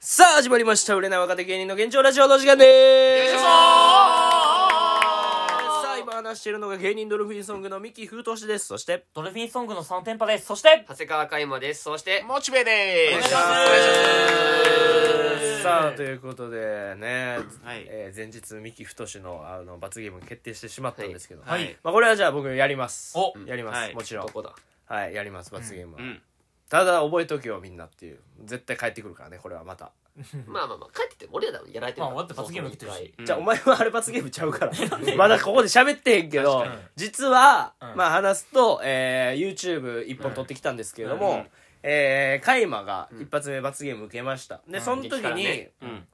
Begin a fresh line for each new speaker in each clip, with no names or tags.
始まりました。売れない若手芸人の現状ラジオの時間でーす。
よいしょー
さあ、今話しているのが芸人ドルフィンソングの三木風投資です。そして、
ドルフィンソングの3連覇です。そして、
長谷川海馬です。そして、
モチベで
お願い
す
します
さあ、ということでね、
はい
えー前日三木太志のあの罰ゲーム決定してしまったんですけど、
はいはい
まあ、これはじゃあ僕やります
お
やります、
はい
もちろん
どこだ
はいやります罰ゲームは、
うん
ただ覚えとけよみんなっていう絶対帰ってくるからねこれはまた、
まあまあまあ、帰ってて、俺らだもんやられてるから。
まあ終わって罰ゲーム受けて
そ
るし
うそう一回
じゃあお前はあれ罰ゲームちゃう からまだここで喋ってへんけど実は、
うん
まあ話すと、えー、YouTube 一本撮ってきたんですけれども、えー、カイマが一発目罰ゲーム受けました、でその時
激辛
に、
ね
うん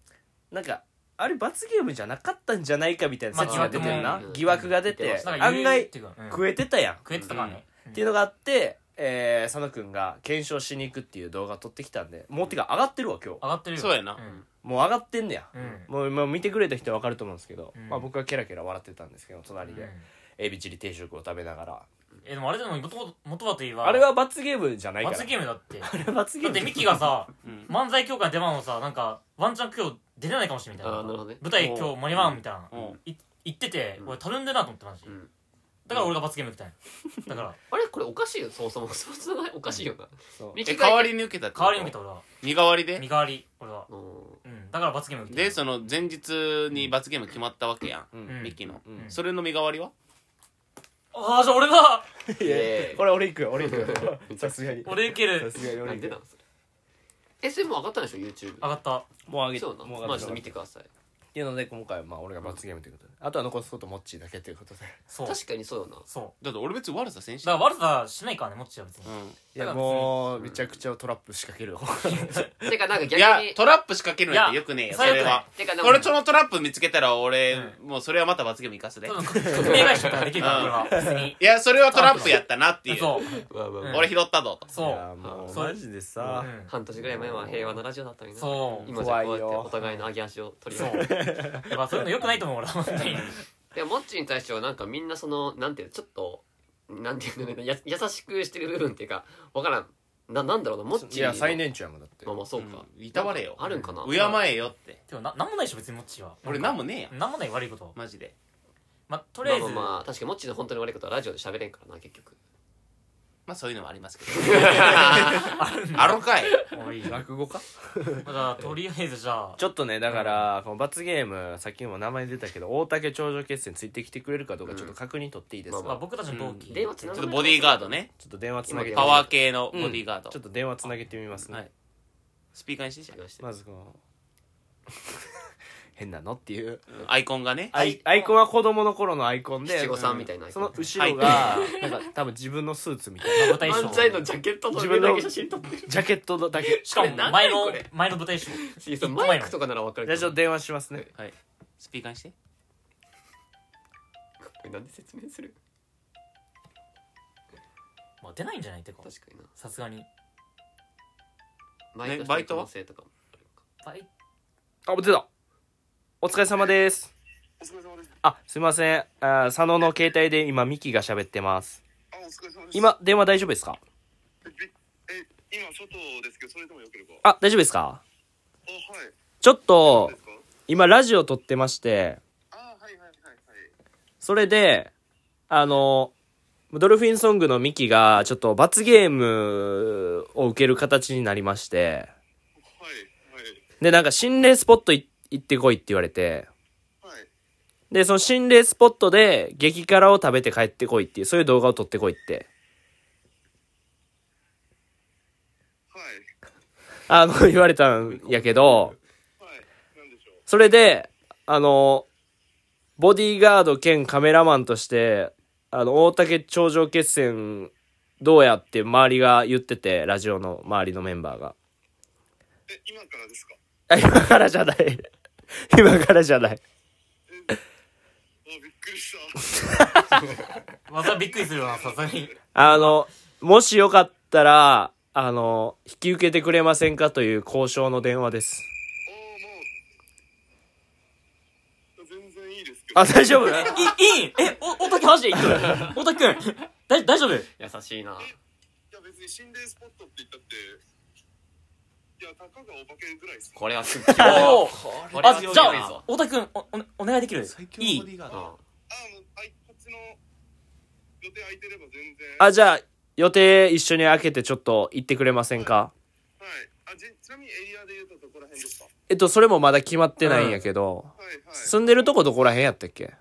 なんかあれ罰ゲームじゃなかったんじゃないかみたいな説
ま
が
あ
出てるな、疑
疑
惑
惑
が出
がね
て
なんか
案外
っていうか、うん食
食えてたやん、
えてたからね。
っていうのがあって、えー、佐野くんが検証しに行くっていう動画撮ってきたんでもうてか上がってるわ今日
上がってるよ。
そうやなん
もう上がってんねや、
うん
もうもう見てくれた人は分かると思うんですけど、
うん
まあ、僕はケラケラ笑ってたんですけど隣
う
で
ん
エビチリ定食を食べながら、
え、でもあれでも元、元はといえば、
あれは罰ゲームじゃないから
罰ゲームだって。だ
あれは罰ゲー
っ
ム
てミキがさ、
うん
漫才協会の出番をさ、なんか、ワンチャン今日出れないかもしれないみたい
あー
な。
なるほどね
舞台今日間に合わんみたいな。
うん
い言ってて、
うん
俺たるんでなと思ってまし
うん
だから俺が罰ゲームみたいな。だから、
あれこれおかしいよ、そもそも。そもそもおかしいよな。
そう
ミ
え
キが
代わりに受けたってこと
代わりに受けた俺は。
身代わりで
身代わり、俺は。
うん
うん。だから罰ゲーム受けた。
でその前日に罰ゲーム決まったわけや
うん
ん
うん
ミキの
うん
それの身代わりは
ああ、じゃあ俺が、
いやいやこれ俺行くよ俺行くよ
うん
さすがに
俺受け
さ
る。
すがに
な
俺
ん
行く
でな
よ
んそれ。え、それもう上がったんでしょ、YouTube。
上がった。
もう上げて
そうな
もう
の。
上げ
まあちょっと見
て
てください。
っていうので今回はまあ俺が罰ゲームということで、あとは残すことモッチーだけということで
そう。
確かにそうよな。
そ
だって俺別に悪させん
う。
し
だから悪さしないからね、もっちは別に。
い
だ
や
から
もうめちゃくちゃトラップ仕掛ける方が
てかなんか
うんい
逆
や
に。
トラップ仕掛けるなんてよくねえよ
い
そ
や
れは
てかなんか
俺そのトラップ見つけたら俺
う
もうそれはまた罰ゲーム行かすで
多分、革命会社とかできるから、俺は。別に。
いやそれはトラップやったなっていう
そう。
まあまあまあ
俺拾ったぞと
い
そ
やもう
そう
マジでさ
う。
半年ぐらい前は平和なラジオだったのにな。
そう
今じゃこうやって
怖いよ
お互いの上げ足を取り
そ
合
う。
う。
やっぱそういうの良くないと思う、俺は。本当に。
でもモッチーに対してはなんかみんなそのなんていうのちょっとなんていうのねや優しくしてる部分っていうかわからんななんだろうなモッ
い
チー
や最年長やもんだって
まあまあそうか、
うんいたわれよ
あるんかな
敬えよって
でも、な、なんもないでしょ、別にもっちは。
俺なんもねえやん
なんもない悪いこと。
マジで
ま、と
と
りあえず、
まあまあ確かにモッチーの本当に悪いことはラジオで喋れんからな結局
まあそういうのもありますけどあろかい
もういい。ま
落語か
だ、とりあえずじゃあ、
ちょっとねだから、この罰ゲームさっきも名前出たけど大竹頂上決戦ついてきてくれるかどうかちょっと確認取っていいですか、
うん
まあ僕たちの同期。
電話つ
ちょ
な
っ
が
とボディーガードね
ちょっと電話つなげて
パワー系のボディーガード
ちょっと電話つなげてみますね、
はいスピーカーにしてじゃん
まずこの 変なのっていう
アイコンがね
アイアイコンは子供の頃のアイコンで
七五三みたいなアイコ
そ
ン
の後ろがなんか多分自分のスーツみたいな
舞台衣
漫才の
装。
ジャケットの
自
上
分の
だけ写真撮ってる
ジャケットだけ
しかも、
これな
前
ん
の
だよこれ、
前の舞台衣装。
そうマイクとかならわかる
じゃあ
け
ちょ
ど
っと電話しますね
はいスピーカーにして
これなんで説明する
まあ、出ないんじゃないってか。
確かにな
さすがに。
バイト
バイトは
してる可能性とかもあるか
バイ
あ出たお疲れ様です
お疲れ様です。
あすいませんあ佐野の携帯で今ミキが喋ってます
あ、お疲れ様です。
今電話大丈夫ですか
びえ、今外ですけど、それでもよければ。あ、
あ大丈夫ですか
はい。
ちょっと
ですか。
今ラジオ撮ってまして
あ、はいはいはいはい。
それであのドルフィンソングのミキがちょっと罰ゲームを受ける形になりまして
はい
でなんか心霊スポットい行ってこいって言われて
はいはい。
でその心霊スポットで激辛を食べて帰ってこいっていうそういう動画を撮ってこいって
は
あの言われたんやけど
い。はい。なんでしょう。
それであのボディーガード兼カメラマンとしてあの大竹頂上決戦どうやって周りが言っててラジオの周りのメンバーが
え、今からですか。
あ今からじゃない 今からじゃない
あ、びっくりした。
またびっくりするよな、さすがに。
あのもしよかったらあの引き受けてくれませんかという交渉の電話です
おお、もう。全然いいですけど。
あ大丈夫
い、いいえ、お、おたきマジでいい おたきくん、だい、大丈夫
優しいない
や、別に心霊スポットって言ったって。いや、たかがお化けぐらいです。
これはすっげえ
お
これは
あ
強い
じゃ
いい
あ
ぞ
太田君おおお願いできる
最強
い
のボディ
い
ーガー
うん
ド
あ、あの、あい、こっちの予定空いてれば全然。
あ、じゃあ、予定一緒に開けてちょっと行ってくれませんか
はい。あ、じちなみにエリアで言うとどこら辺ですか
えっと、それもまだ決まってないんやけど、
はいはい。
住んでるとこどこら辺やったっけ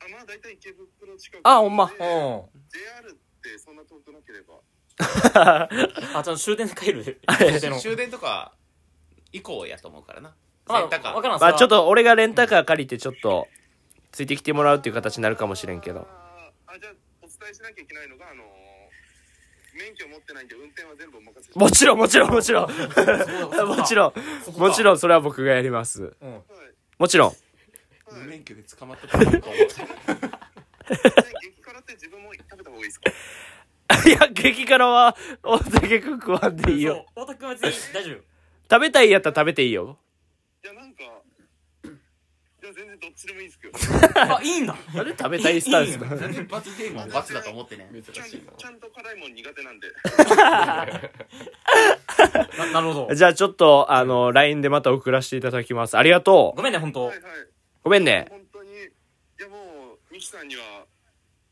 あ、まあ大体池袋近く
あほんま
で
うん
JR ってそんな遠くなければ。
あちゃんと終電で帰る終電の
終電とか以降やと思うからな
まあ
洗濯か
わからん
まあちょっ
と
と俺がレンタカー借りてちょっとついてきてもらうっていう形になるかもしれんけど。
あー、あじゃあお伝えしなきゃいけないのが、あのー、免許持ってないんで運転は全部お任せして。
もちろんもちろんもちろん もちろん
か
もちろんそれは僕がやります。
はい。
もちろん。
はい
無免許で捕まってたらなんか思う
で激辛って自分も食べた方がいいです か
いや、激辛は大竹くん食わんでいいよ。
太田君は全員大丈夫
食べたいやったら食べていいよ。
いや、なんか、いや、全然どっちでもいいですけ ど。
あいいんだ
なんで食べたいスタンスなの
全然罰ゲームを罰だと思ってね
ち
珍
ゃん
しいな
ちゃんと辛いもん苦手なんで。
ななるほ ど
じゃあちょっと、あの、LINE でまた送らせていただきます。ありがとう。
ごめんね本当
はいはい。
ごめんね。
本当に、いやもう、ミキさんには、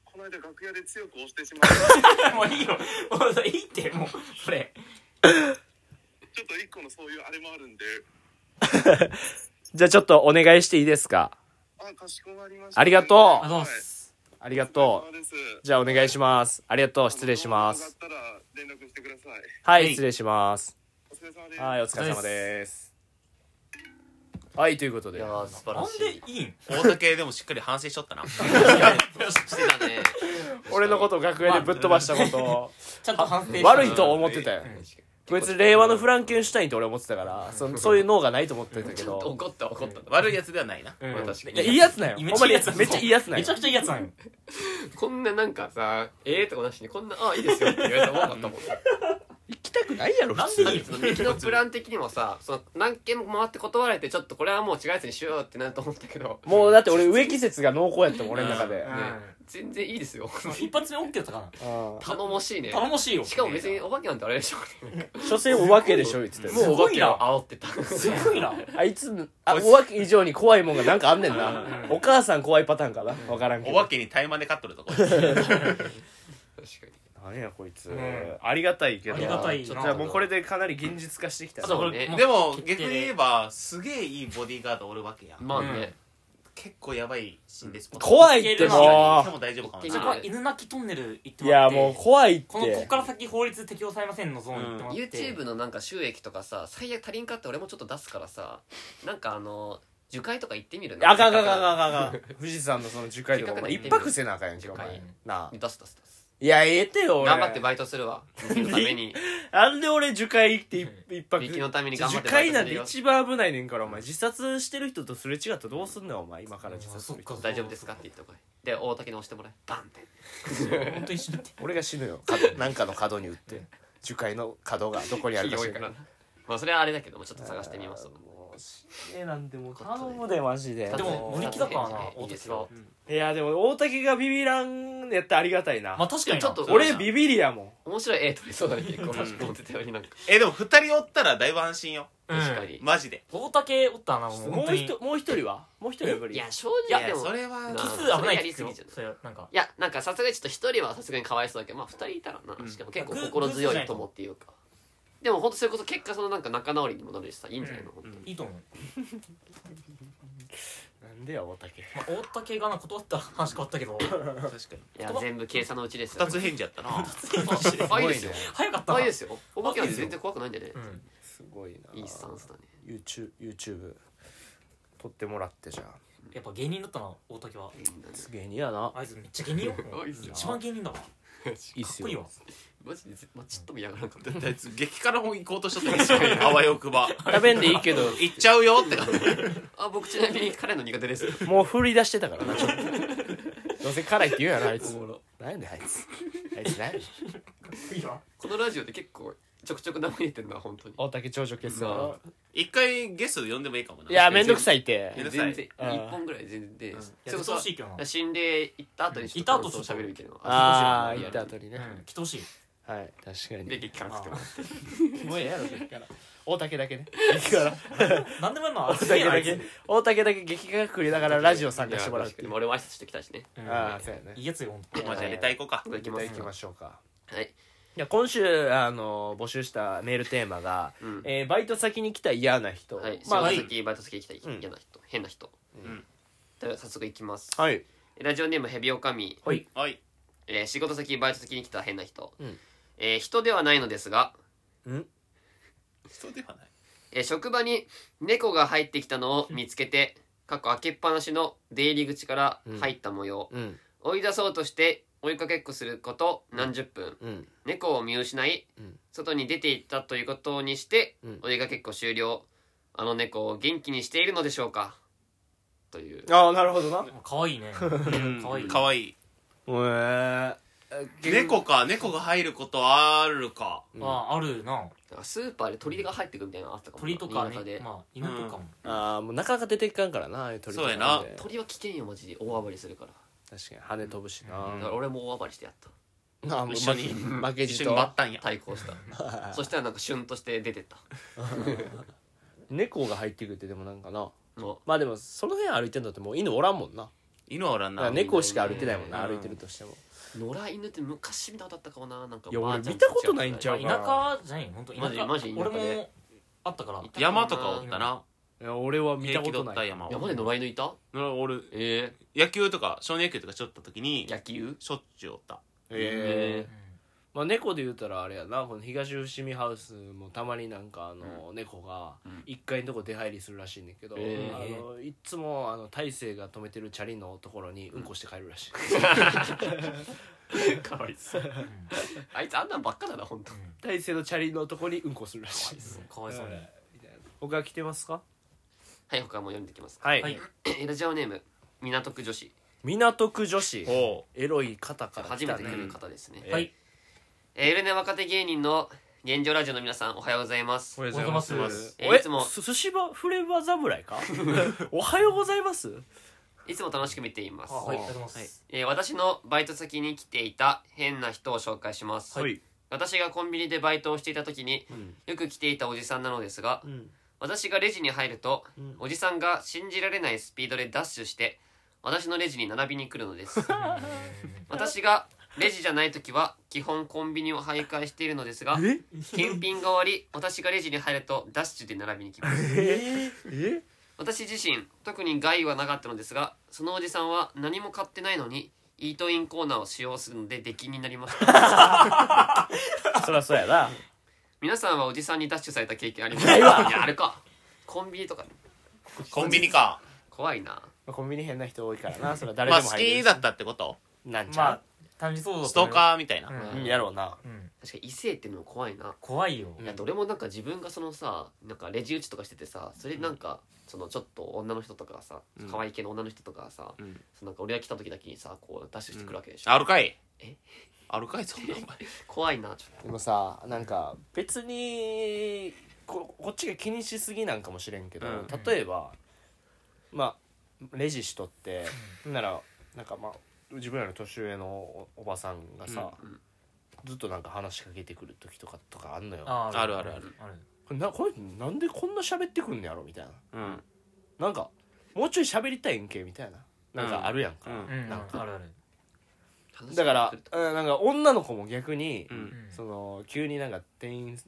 この間楽屋で強く押してしま った。
もういいよもういいってもうそれ
ちょっと一個のそういうあれもあるんで、
じゃあちょっとお願いしていいですか
あ、かしこまりました。
ありがと
ありがとうございます
ありがとう。じゃあお願いします。ありがとう。
う
失礼しま
上がっ
す。
たら連絡してください。
はい、
はい
失礼します。
お疲れ様です。
はい、お疲れ様です。はい、ということ
い
で
や。ー素晴
な
ら
ん
し
で
い
いいん
大竹でもしっかり反省しとったな
してた ね
俺のことを楽屋でぶっ飛ばしたことを、
ちゃ んと反省して
悪いと思ってたよ。こいつ令和のフ
ラ
ランケンシュタインって俺思ってたから、そそういう脳がないと思ってたけ
ちょっと
ど。
怒った怒った
悪いやつではないな
俺確か
いや、
に
いいやつなんよ。
めっ
ほん
ち
ま
ゃいい
に
やつなんよ
めっちゃいいやつなん
め
よ
ちゃ。くちゃいいやつなんよ
こんななんかさええとかなしにこんなあいいですよって言われたら思わなか ったもん
行きたくないやろ、
なん
普
で
通
いい
に
よ
そのミキのプラン的にもさその何件も回って断られてちょっとこれはもう違うやつにしようってなると思ったけど
もうだって俺植木説が濃厚やったもん、俺の中で。
ね全然いい ですよ
一発目 OK だったか
うん
頼もしいね
な頼もしいよ
しかも別にお化けなんてあれ でしょ
所詮お化けでしょ、言ってたよ
もう
お化けを煽ってた
すごいな
あいつ、あ、お化け以上に怖いもんがなんかあんねんな。お母さん怖いパターンかなわからんけ
お
ど
化。けに怠慢で勝っとるとこ
確かに
何やこいつ
ん。
ありがたいけど。
ありがたいな
ちょっとじゃあもうこれでかなり現実化してきたな。
そう
ね
でも逆に言えばすげえいいボディーガードおるわけやん
まあね
結構やばい心霊スポット
怖いっても
でも大丈夫かもな
いけ
そ
る
こは犬鳴きトンネル行って
う。い
もら
や、
って
もう怖いって。
このここから先法律適用されませんのゾーン行ってもらって
YouTube のなんか収益とかさ最悪足りんかって俺もちょっと出すからさなんかあの樹海とか行ってみる
あかんあかんあかんあかんあかん。富士山のその樹海とか
せっ
も
かくな
うん
で
一泊せなあかんやんけ、お
樹海
前。なあ。
出す出す出す
いや、ええてよ、俺。
頑張ってバイトするわミキのため に
なんで俺樹海行ってい一泊。
ミキのために頑張って
樹
バイ
海な
トす
ん
る
て
よ
一番危ないねんから、お前。自殺してる人とすれ違ったらどうすんねん、お前。今から自殺する人。
大丈夫ですかって言ってこいで大竹に押してもらえバンって
本当に死ぬって
俺が死ぬよ。角なんかの角に打って。樹海の角がどこにある
木
か
多
知
い
らな
から
い。
なまあそれはあれだけどもちょっと探してみますわ
もう死ねえなんてもう頼むでマジで
で も
無
無
理
力だからな
うん
大竹が
いやでも大竹がビビらんやったらありがたいな、
まあ確かに
ち
ち
ょっ
ょっ
と
と
俺ビビりやもん
面白い絵撮りそうだね結構確かに思ってたよりなんか
えでも二人おったらだいぶ安心よ
確かに
マジで
大竹おったなもう
も
本当
う
に
一人もう一人はもう一人は無理
いや正
いや
直でも
そ
い
れは
な
奇
あ
数危な
それ
いです
やり
よ
すぎじゃない
それなんか
やなんかさすがにちょっと一人はさすがにかわいそうだけどまあ二人いたらなしかも結構心強い友っていうかでも本当それこそ結果そのなんか仲直りにもなるしさいいんじゃないの本当に
いいと思う、
なんでや大竹
まあ、大竹がな断ったら話変わったけど
確かに
いや全部計算のうちです よ
二つ返事やっ たな
あいいですよ
早かった
あ
ない
いですよお化けなんて全然怖くないんでね
うん、
すごいない
いスタンスだね
YouTube, YouTube 撮ってもらってじゃあ
やっぱ芸人だったな大竹は
すげえにやな
あいつめっちゃ芸人よ
あいつな
一番芸人だわか
いいっ
っ
す
こいい
よ
わ
マジでぜまあちっとも嫌がらなかった
だいつ激辛も行こうとしとったけどあわよくば
食べんでいいけど
行っちゃうよって
あ僕ちなみに彼の苦手です
もう振り出してたからな ちょっとどうせ辛いって言うやろあいつ何やねんあいつあいつ何やねん
いいわ
このラジオで結構ちょくちょく名前出てんな本当に
大竹頂上決
な
戦
一回ゲスト呼んでもいいかもない
やめんどく さいって
めんどくさ
全
い
然
うん
一本ぐらい全然で
やってほしいけどな
心霊行った後にちょっ
行った
と
後ちょっと
喋るみたいなの
ああ
そ
行
うそう
った後にね、
うん来てほしい
はい確かに
で激辛作る
もうええやろ結果大竹だけね。 激辛。
なんでもやんの
大
あすげ
竹
えなあ
だ
いつ
け。大竹だけ激辛食いながらラジオ参加してもらうってい
で
う
も。俺も挨拶してきたしね
うん
ああ、そうやね
い。いやつよほんと
まあじゃあレター行こうか
いただき
じゃ
ま
あ
す
行きましょうか。
はい
いや今週あの募集したメールテーマが、
うん
えーバイト先に来た嫌な人、
はい
まあ
バ
は
イト
い、
先バイト先行きたい
うん
嫌な人変な人
ん
では早速行きます
はい、
ラジオネームヘビオカミ
はい
はい
えー仕事先バイト先に来た変な人、
うん
えー人ではないのですが、
人ではない
えー職場に猫が入ってきたのを見つけて過去開けっぱなしの出入り口から入った模様、
うん
追い出そうとして追いかけっこすること何十分、
うん
猫を見失い、
うん
外に出て行ったということにして、
うん
追いかけっこ終了あの猫を元気にしているのでしょうかという
ああなるほどな
かわいいねかわいい
かわいい
へえ
猫か猫が入ることあるか
ああるな
スーパーで鳥が入ってくるみたいなのあったかも
鳥とか
新潟
ね
で、
まあ犬とかも
ああもうなかなか出ていかんからなああいう鳥とか
そうやな
なんで
鳥は危険よマジで大暴れするから
確かに羽飛ぶしな、
うん
だから俺も大暴れしてやった
ああもう
一緒に
負け負け
一
じ
緒
と
にバッタンや
対抗 したそしたらなんかシュンとして出てった
猫が入ってくるってでもなんかな
も
まあでもその辺歩いてんだってもう犬おらんもんな
犬はおらん
だから
な
猫しか歩いてないもんな
うん
歩いてるとしても
う野良犬って昔見たことあったかもななんか
いや俺
ばあちゃん
見たことないんちゃう
違
か
う
田舎じゃないよほんと田
マジ
舎
マジ田舎
俺
で
もあったから
山とかおったな
うんいや俺は見た
平
こ
気
と
取っ
な
た
い
山
山で野良犬いた
な俺
え
野球とか少年野球とかしょった時に
え野球
しょっちゅうおった
へえ
うん
まあ、猫で言うたらあれやなこの東伏見ハウスもたまになんかあの猫が1階のとこ出入りするらしいねんだけど、
へー
あのいっつもあの大勢が止めてるチャリのところにうんこして帰るらしい、
かわいそうあいつあんなんばっかだな本当。
大勢のチャリのところにうんこするらしい
かわいそうに
他来てますか
はい他も読んできます
はい、
はい
えラジオネーム港区女子
港区女子
お
エロい方から
初
来
め
た
て
ね
来る方ですね、
はい
えー、ゆるね若手芸人の現状ラジオの皆さんおはようございます
はようござい
おはようございます
え
えいつも
す寿司ばフレーバー侍か おはようございます
いつも楽しく見ています、
あはいありがとうございます
えー私のバイト先に来ていた変な人を紹介します、
はい
私がコンビニでバイトをしていた時に
うん
よく来ていたおじさんなのですが
うん
私がレジに入ると、
うん
おじさんが信じられないスピードでダッシュして私のレジに並びに来るのです 私がレジじゃない時は基本コンビニを徘徊しているのですが
え
検品が終わり私がレジに入るとダッシュで並びに来ます
ええ
私自身特に害はなかったのですがそのおじさんは何も買ってないのにイートインコーナーを使用するので出禁になりました
そりゃそうやな
皆さんはおじさんにダッシュされた経験ありますか
ないいわ
やあれかコンビニとか
コンビニか
怖いな
まあコンビニ変な人多いからなそれは誰
ま
で
あ
も
好
入れ
き
る、
だったってこと
なんち
ま
ゃ
あ単純そうだ
ストーカーみたいな
ー
うんやろうな
うん
確かに異性ってのも怖いな、
怖いよ
いやどれもなんか自分がそのさなんかレジ打ちとかしててさそれなんか、そのちょっと女の人とかがさ
うん
可愛い系の女の人とかがさ、
うん
そのなんか俺が来た時だけにさこうダッシュしてくるわけでしょ、
あるかい
え
あるかいそんなお前
怖いなちょっ
でもさなんか別にここっちが気にしすぎなんかもしれんけど、
うん
例えばまあレジしとって、ならなんかまあ自分らの年上のおおばさんがさ、
うんうん
ずっとなんか話しかけてくる時とかとかあんのよ
あ
あるあるある
ある
これなこれなんでこんな喋ってくんのやろみたいな
うん
なんかもうちょい喋りたいんけみたいななんかあるやんか、
うん
うん
なんか
あるある
と
だから
話してくると、
うん、なんか女の子も逆に、
う
うんん
その急になんか店員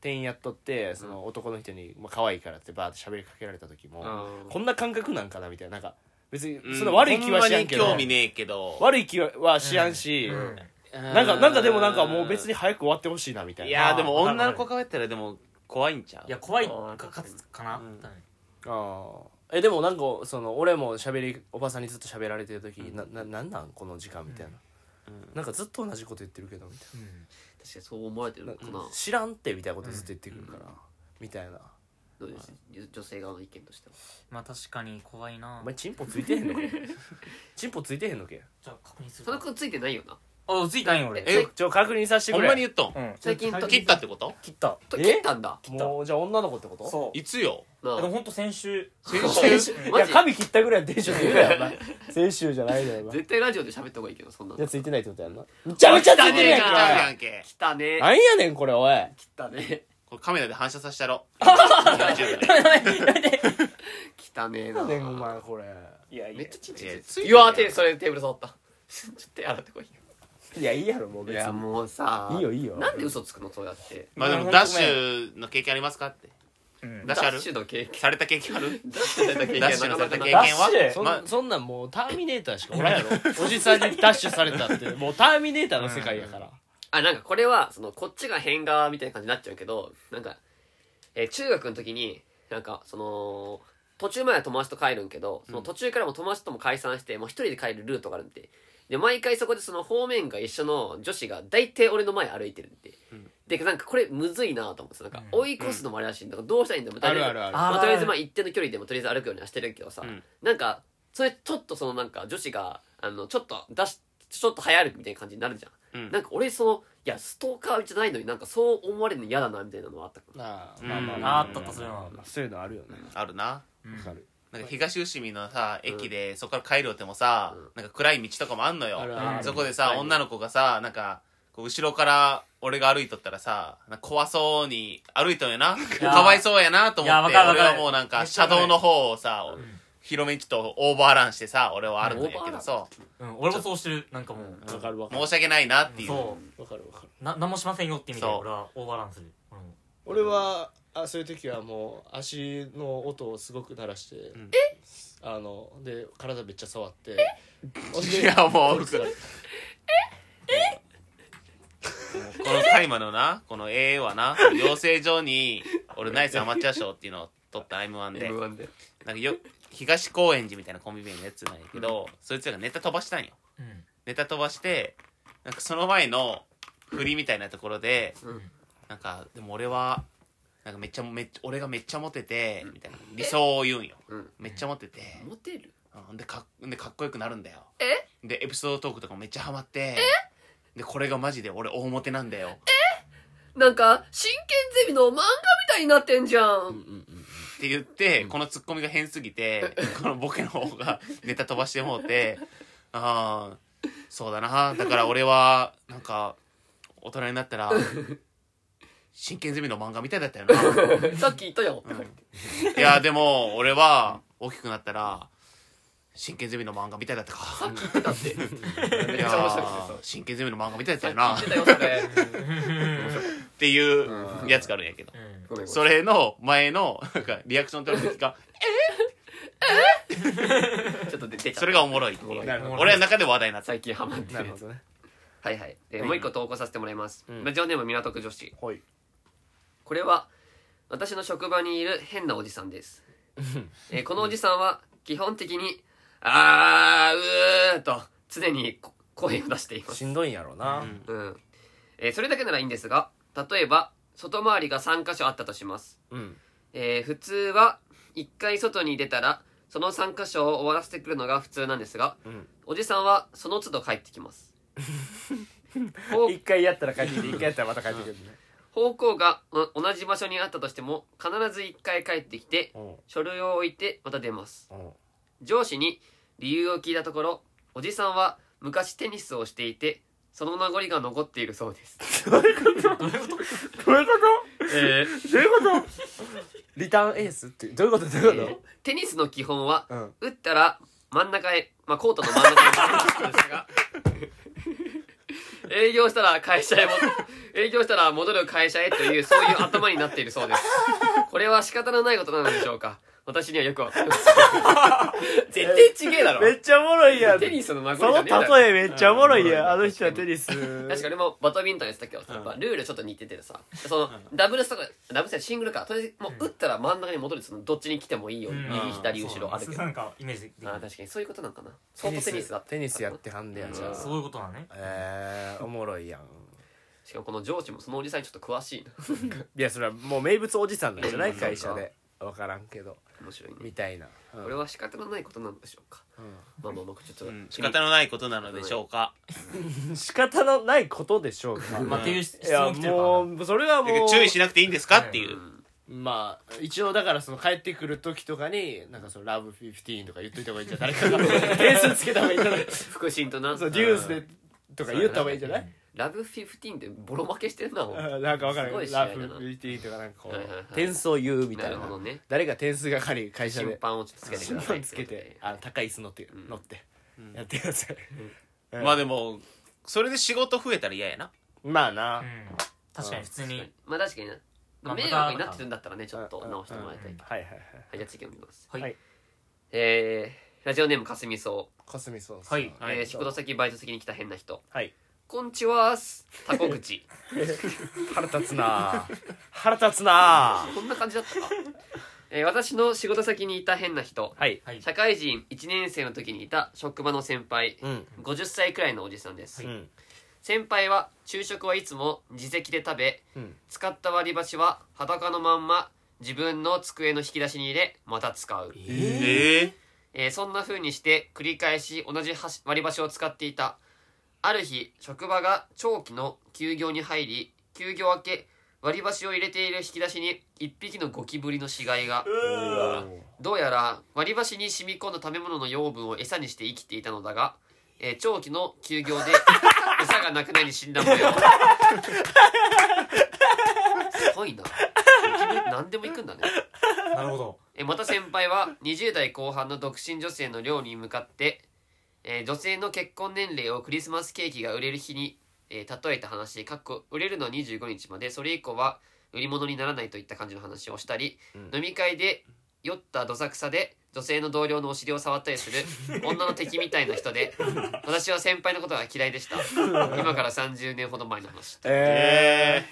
店員やっとってその男の人に、まあ可愛いからってバーって喋りかけられた時も、
うん
こんな感覚なんかなみたいななんか別に
うん
その悪い気はしやんけど、
ほまに興味ねえけど
悪い気はしやんし、
うん
なんかなんかでもなんかもう別
に
に早く終わってほしいなみたいない
やでも女の子がやったらでも怖いんちゃう
いや怖い
あ
か
ー
かつかな
うん
多分
あーえでもなんかその俺も喋りおばさんにずっと喋られてる時、なななんなんこの時間みたいな、
うん
なんかずっと同じこと言ってるけどみたい
うん
確かにそう思われてるのかな、
な、知らんってみたいなことずっと言ってくるから、みたいな
どうです女性側の意見としては
まあ確かに怖いな
お前チンポついてへんのけチンポついてへんのけ
じゃあ確認す
田
る
中君ついてないよな
あついたんよ俺
え
ちょ確認させて
ほ
く
ん
れ
まに言っとん
うん
最近
切ったってこと
切った
と
え
切ったんだ
もうじゃあ女の子ってこと
そ
いつよ
な
うでも
あ
ほんと先週
先
先
週
週
い
マ
や
ジ
髪切ったぐらいのテンションで言うやろな先週じゃないだよなじ
絶対ラジオで喋った方がいいけどそんなの
ゃあついてないってことやんなめちゃめちゃついてるやん
来た
か
やんけ
来たね
なんやねんこれおい
来たね
これカメラで反射させたろ
ダ
YouTube で
メダメダメダメ
汚ねえな
これ
いやい
めっ
や
ちゃちんちん
いや
ついてるやんうわ手それテーブル触った ちょっと手洗ってこいよ
いやいいやろもう
い
別
や
に
もうさ
いいよいいよ
なんで嘘つくのそうやって
まあでもダッシュの経験ありますかって
うん
ダッシュある
の経験
された経験ある
ダッシュされた経験
ダッシュのされた経験
なかなか
は
ダッシ
そん
ま
そんなんもうターミネーターしかおらんやろおじさんにダッシュされたってもうターミネーターの世界やから
あなんかこれはそのこっちが変側みたいな感じになっちゃうけどなんか、えー中学の時になんかその途中までは友達と帰るんけどその途中からも友達とも解散してもう一人で帰るルートがあるんでで毎回そこでその方面が一緒の女子が大体俺の前歩いてるんで、でなんかこれむずいなと思ってなんか追い越すのもあれらしいんだからどうしたらいいんだろう
あるあるある
まあ、とりあえずまあ一定の距離でもとりあえず歩くようにはしてるけどさ、
うん
なんかそれちょっとそのなんか女子があのちょっと出しちょっと流行るみたいな感じになるじゃん
あうん
なんか俺そのいやストーカーじゃないのになんかそう思われるの嫌だなみたいなのはあったから
なあ
うん
まあまあまあ
あったったそれは
まあそういうのあるよね
あるな
わかる
なんか東伏見のさ駅でそこから帰るってもさなんか暗い道とかもあんのよ
あるある
そこでさ
うん
女の子がさなんかこう後ろから俺が歩いとったらさなんか怖そうに歩いとんやなかわいそうやなと思
いや
っ
わ
て
かるわ
俺
かる
はもうなんか車道の方をさ広めにちょっとオーバーランしてさ俺は歩くんや
オーバ
け
ーラ
ど
ン
そう
うん俺もそうしてるなんかもう
わかるわかる
申し訳ないなっていう
そ
わかるわかる
うな何もしませんよって意味で
そう
俺はオーバーランする俺も
俺はあそういう時はもう足の音をすごく鳴らして、
ん
あので体めっちゃ触ってほんで
いやもう
こい
この大麻のなこの A はな養成所に俺ナイスアマチュア賞っていうのを取った m 1で
M1 で
なんかよ東高円寺みたいなコンビニのやつなんやけど、そいつらがネタ飛ばしたんよ
うん
ネタ飛ばしてなんかその前の振りみたいなところで、
うん
なんかでも俺はなんかめっちゃめっちゃ俺がめっちゃモテて、みたいな理想を言うんよ、
うん
めっちゃモテて、
モテる
うんでかっでかっこよくなるんだよでエピソードトークとかもめっちゃハマってでこれがマジで俺大モテなんだよ
なんか真剣ゼミの漫画みたいになってんじゃん
って言って、このツッコミが変すぎ て、このボケの方がネタ飛ばしてもうて、ああ、そうだな。だから俺は、なんか、大人になったら、真剣ゼミの漫画みたいだったよな。
さっき言ったよ、
いや、でも、俺は、大きくなったら、真剣ゼミの漫画みたいだったか。
だって
い
めっち
や
ゃ面白く
ー、
て
真剣ゼミの漫画みたいだったよ
さ
な。っ
言ってたよ それ
ていうやつがあるんやけど。
うん
ごめんごめん
それの前の、なんか、リアクション取る時 が、
ちょっと出ちゃった
それがおもろいっていう。
な
るほ
俺の中で話題になった。
最近ハマって
な
る
る
や
ほ
つ
どね
はいはい、えーもう一個投稿させてもらいます、
ん
ラジオネーム港区女子
はい
これは私の職場にいる変なおじさんです、えーこのおじさんは基本的に「あーうー」と常にこ声を出しています
しんどいんやろな
うんえーそれだけならいいんですが例えば外回りが3箇所あったとします、
うん
えー普通は1回外に出たらその3箇所を終わらせてくるのが普通なんですが、
ん
おじさんはその都度帰ってきます 方
一回やったら帰ってきて一回やったらまた帰ってくるね
方向がお同じ場所にあったとしても必ず1回帰ってきて
うん
書類を置いてまた出ます
うん
上司に理由を聞いたところおじさんは昔テニスをしていてその名残が残っているそうです
どういうことどういうことリターンエースってどういうことどういう
えー
こ
テニスの基本は、
とうん
打ったら真ん中へ、まあ、コートの真ん中へ戻る んですが営業したら会社へ戻る営業したら戻る会社へというそういう頭になっているそうですこれは仕方のないことなのでしょうか私にはよくわかりません絶対違えだろ
めっちゃおもろいやん
テニスの 名
その
残じゃねえだろ
例えめっちゃおもろいやん
うん
あの人はテニス
確かにもうバドミントンやってたけどさやっぱルールちょっと似ててさそのダブルスとかダブルスやシングルかとりあえずもう打ったら真ん中に戻るそのどっちに来てもいいように
うん
右左後ろあるけ
そう
ど
なんかイメージできる
あー確かにそういうことなんかな相当テニスだった
テニスやってはんねやじゃあ
そういうことだね
えーおもろいやん
しかもこの上司もそのおじさんにちょっと詳しいない
やそれはもう名物おじさんなんじゃない
うん
会社で分からんけど
面白いね
みたいなうん
これは仕方のないことなんでしょうか
う
まあまあまあちょっと
うん仕方のないことなのでしょうか
ん仕方のないことでしょうか
まあっていう質
いや
問来てるからな
もうそれはもう
注意しなくていいんですかっていううん
まあ一応だからその帰ってくる時とかになんかそのラブフィフティーンとか言っといた方がいい んじゃない誰かが点数つけた方がいいんじゃない
腹心とな
そうデュースでとか言った方がいいんじゃない
ラブフィフティーンってボロ負けしてんだもん。は
なんかわか
すごい
る
試合
ラ
だな
フビティとかなんかこ
いはいは
う
い
点数を言うみた
ないる
な
ほどね。
誰が点数係に会社
審
で
判をちょっとつけてください。
つけてあの高い椅子乗って乗ってやってくださいうん
まあでもそれで仕事増えたら嫌やな
まあな
確かに普通に
まあ確かにな。まあ、迷惑になってるんだったらね、ちょっと直してもらいたい。はい、
はいはいはい
じゃあ次読みます。
はい
はい
えー、ラジオネームかすみそう。
かすみそう
は
はい
はい
えー、仕事先、バイト先に来た変な人。
はい
こんちはーす。タコ口。
腹立つな腹立つな
こんな感じだったか。えー、私の仕事先にいた変な人。
はい
はい
社会人1年生の時にいた職場の先輩、
うん
50歳くらいのおじさんです、
うん
先輩は昼食はいつも自席で食べ、
うん
使った割り箸は裸のまんま自分の机の引き出しに入れまた使う、え
ええ
ーそんな風にして繰り返し同じ箸割り箸を使っていたある日職場が長期の休業に入り休業明け割り箸を入れている引き出しに一匹のゴキブリの死骸がどうやら割り箸に染み込んだ食べ物の養分を餌にして生きていたのだが、えー長期の休業で 餌がなくなり死んだ模様すごいな何でも行くんだね
なるほど
えーまた先輩は20代後半の独身女性の寮に向かって、えー女性の結婚年齢をクリスマスケーキが売れる日に、えー例えた話かっこ売れるのは25日までそれ以降は売り物にならないといった感じの話をしたり、飲み会で酔ったどさくさで女性の同僚のお尻を触ったりする女の敵みたいな人で私は先輩のことが嫌いでした今から30年ほど前の話
え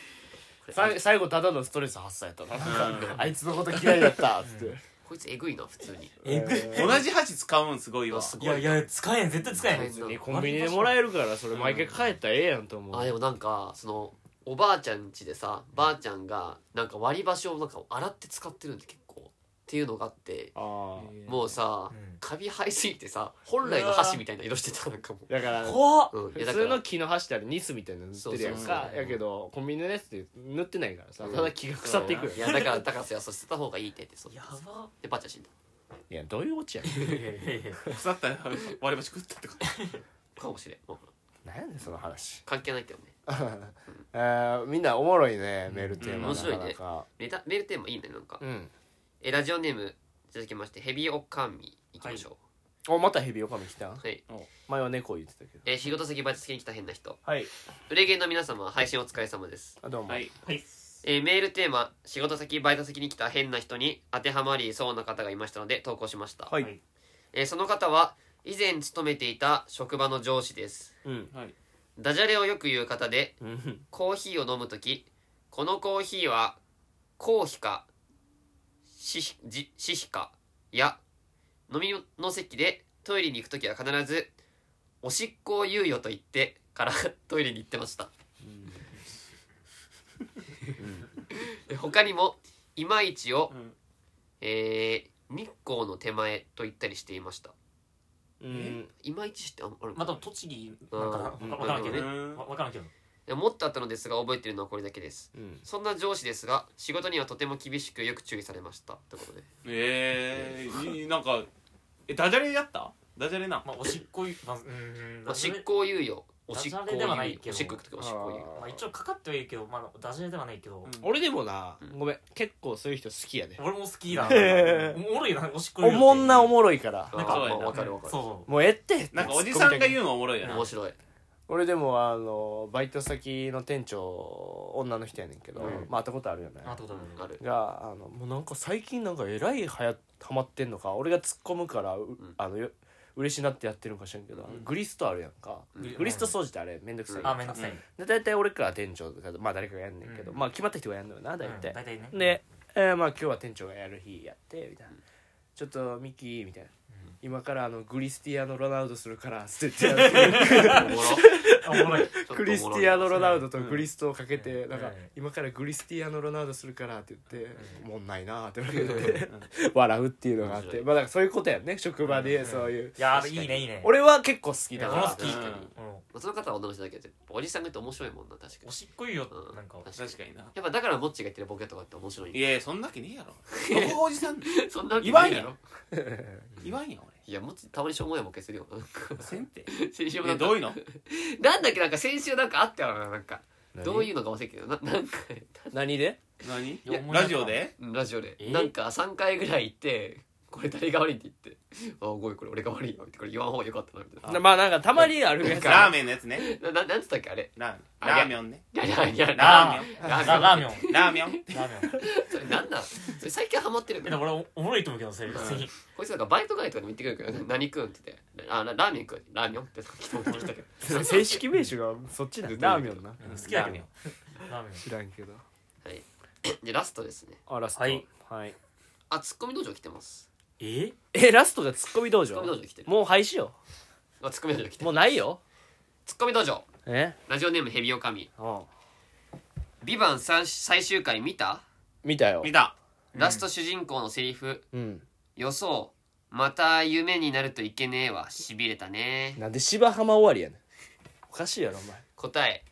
これ
ーさ最後ただのストレス発散やったな
う
あいつのこと嫌いだったっつって
こいつえぐいな普通に
えぐい
ん同じ箸使うんすごいわ
いやいや使えん絶対使え
別
ん
に
コンビニでもらえるからそれ毎回帰ったらええやんと思う
あでもなんかそのおばあちゃん家でさばあちゃんがなんか割り箸をなんか洗って使ってるんで結構っていうのがあって
あ
もうさ、
うん
カビ生えすぎてさ本来の箸みたいな色してたなんかも
あだから
怖っ
う、うん、い
普
やだか
通
ら
の木の箸ってあれニスみたいなの塗ってるやん
そ
そ
う
う
か
そう
やけどコンビニのやつって塗ってないからさ
うん
ただ木が腐っていくよ
いやだからだからさそう捨てた方がいいって言ってそう
やば
でばあちゃん死んだ
いやどういうオチや
腐ったら割り箸食ったってこと
かもしれんもう
なんやねんその 話
関係ないってよね
えーみんなおもろいねメールテーマ
面白い
な
ね
かなか
メタメールテーマいいねなんか、
うん
えラジオネーム続きましてヘビーオッカンミいきましょ
おまたヘビオカミ来た
うはい、
前は猫言ってたけど
えー仕事先バイト先に来た変な人
はい
売れ芸の皆様配信お疲れ様です
あどうも
はい
はい
えーメールテーマ仕事先バイト先に来た変な人に当てはまりそうな方がいましたので投稿しました、
はい
えーその方は以前勤めていた職場の上司です
うん
はい
ダジャレをよく言う方で
うん
コーヒーを飲む時このコーヒーはコーヒかシヒジシヒかや飲みの席でトイレに行く時は必ず「おしっこを言うよ」と言ってからトイレに行ってましたで他にも「いまいち」を
うん
「えー日光の手前」と言ったりしていました
うん
いまいちってあある
まあで
か
も栃木なんかな
うん
わからんけどね
うん
わわからんけど
でもっとあったのですが覚えてるのはこれだけです
うん
そんな上司ですが仕事にはとても厳しくよく注意されましたってことで
ええいなんかえダジャレやったダジャレな
まあおしっこいまあうん
まあ、執行猶予お執行
ダジャレでは
猶
な
予
いけ
お
ど
しっこ行くとかおしっこ猶予
まあ一応かかってはいるけどまあダジャレではないけど
うん
俺でもな
うん
ごめん結構そういう人好きやで
俺も好きだな
へ
おもろいなおしっこ
おもんなお
も
もろいから
なん
か
かまあ
そうやな
わかるわかる
そう
もうええって
なんかおじさんが
う
言うのおもろいやな
面白い
俺でもあのバイト先の店長女の人やねんけど、
うん
まあ会ったことあるよね
あってことだね
ある
があのもうなんか最近なんかえらいはやハマってんのか俺が突っ込むからう、あのよ嬉しなってやってるのか知らんけど、あのグリストあるやんか、
うん
グリスト掃除ってあれめんどくさいや
あ
ん
めんどくさい
で大体俺から店長がまあ誰かがやんねんけど、
うん
まあ決まった人がやんのよな大体、
うん大体ね
で、えーまあ今日は店長がやる日やってみたいな、ちょっとミキみたいな、今からあのグリスティアーノ・ロナウドするからって言ってやる
おもろちょっと
あおもろい
おもろい
クリスティアーノ・ロナウドとグリストをかけて、
うん
なんか、
うん
今からグリスティアーノ・ロナウドするからって言って、おもんないなーって言われて、笑うっていうのがあっ
面
て
白い
まあだからそういうことやんね職場
う
で
ん
そういう、
いやーいいねいいね
俺は結構好きだか
俺も
ら
好き
うん
うん
まあその方は女の人だけどおじさんが言って面白いもんな確か
お
に
しっこいいよ
うん
なんか
確
確かにな
やっぱだからモッチが言ってるボケとかって面白い
いやいやそんなわけねえやろどこがおじさん
そんなわけ
言わ
なんい
や
やろ
ろ言わんやん俺
いやもたまにしょうもないボケするよ
せんって
先週もな
え
んか
どういうの
なんだっけなんか先週なんかあったよななんかどういうのか忘れてけどな なんか
何で
何
や思い出
ラジオで
ラジオで
え
なんか3回ぐらい行ってこれ誰が悪いって言って「あごめんこれ俺が悪いよ」ってこれ言わん方がよかったなみたい
なまあなんかたまにあるやつ
ラーメンのやつね
ななななんつったっけあれ
ラー
あ
メンラーメンね
いやいやいや
ラーメン
ラーメン
ララーメンを
ラーメン
ラーメンを
それなんなんそれ最近ハマってる
え
か
で
ら
も俺おおもろいと思うけどそれ別に
こいつなんかバイト帰りとかでも言ってくるけど「何食うん?」って言って「あララーメン食うラーメン」って聞いてたけど
正式名称がそっちだラーメンな
好きだけ
ラーメ
ど
ン
ラーメン
知らんけど
はいでラストですね
あラスト
はい
はい
あツッコミ道場来てます
え
えラストがツッコミ道
ツッコミ道
場
場来てる
もう廃止よ
あツッコミ道場来て
もう
る
ないよ
ツッコミ道場
え
ラジオネームヘビオカミ
うん
「ビバン最終回見た
見たよ
見た
ラスト主人公のセリフ
うん
予想また夢になるといけねえわしびれたね
なんで芝浜終わりやねんおかしいやろお前
答え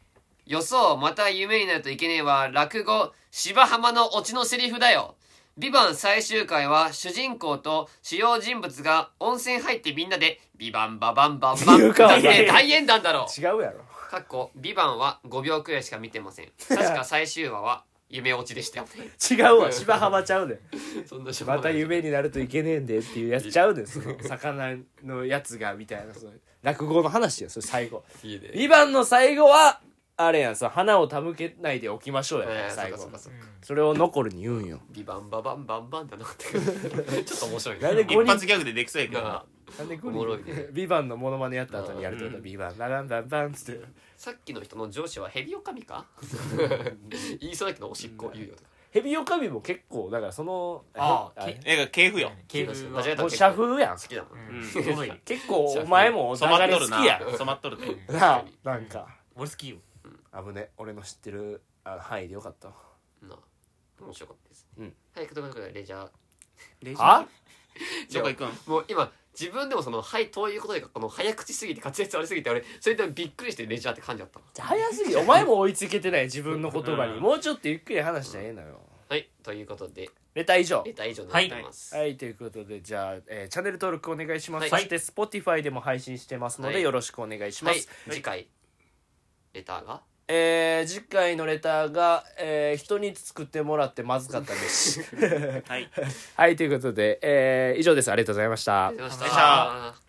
予想また夢になるといけねえは落語芝浜のオチのセリフだよビバン最終回は主人公と主要人物が温泉入ってみんなでビバンババンバンバン
言うか
歌って大演談だろう
違うやろ
かっこビバンは5秒くらいしか見てません確か最終話は夢落ちでしたよね
違うわ芝浜ちゃうねん
そんなしょうも
ま
な
た
い
夢になるといけねえんでっていうやつちゃうねんその魚のやつがみたいなその落語の話やそれ最後
いいね
2番の最後はあれやんその花を手向けないでおきましょうやん、
えー
最後
そうかそうかそうか
それを残るに言うんよ
ビバンババンバンバンだなって ちょっと面白いね
なんで
一
五人
発ギャグでできそうやけど
な
な
あ
なんで
おもろいね
ビバンのモノマネやった後にやるってこと
うん
ビバンババンバンバンっつって
さっきの人の上司はヘビオカミか 言いそうだけどおしっこ言うよとか
ヘビオカミも結構だからその
ああ
れ
映画系譜よ
ケーブルは
間違えた
もう社風やん
好きだもん
う
うんん
すごい
結構お前もお
染まっ
互い
とる
好
な
きや
染まっとるで
んなあなんか
俺好きよ
危ね俺の知ってるあ範囲でよかったわ
なあ面白かったです、
うん
はいということでレジャー
あ
どこ行くん
もう今自分でもその「はい」遠いうことでこの早口すぎて滑舌悪すぎて俺それでもびっくりしてレジャーって感じだったの
早すぎるお前も追いつけてない自分の言葉
う
に
ん
もうちょっとゆっくり話したらええのよ
はいということで
レター以上
レター以上になってます、
はいということでじゃあ、えーチャンネル登録お願いします、
はい
そして Spotify でも配信してますので、
はい
よろしくお願いしま
はい
す、
次回レターが
えー次回のレターが、えー人に作ってもらってまずかったです
はい
はいということで、えー以上ですありがとうございました
出まし
よいしょ
た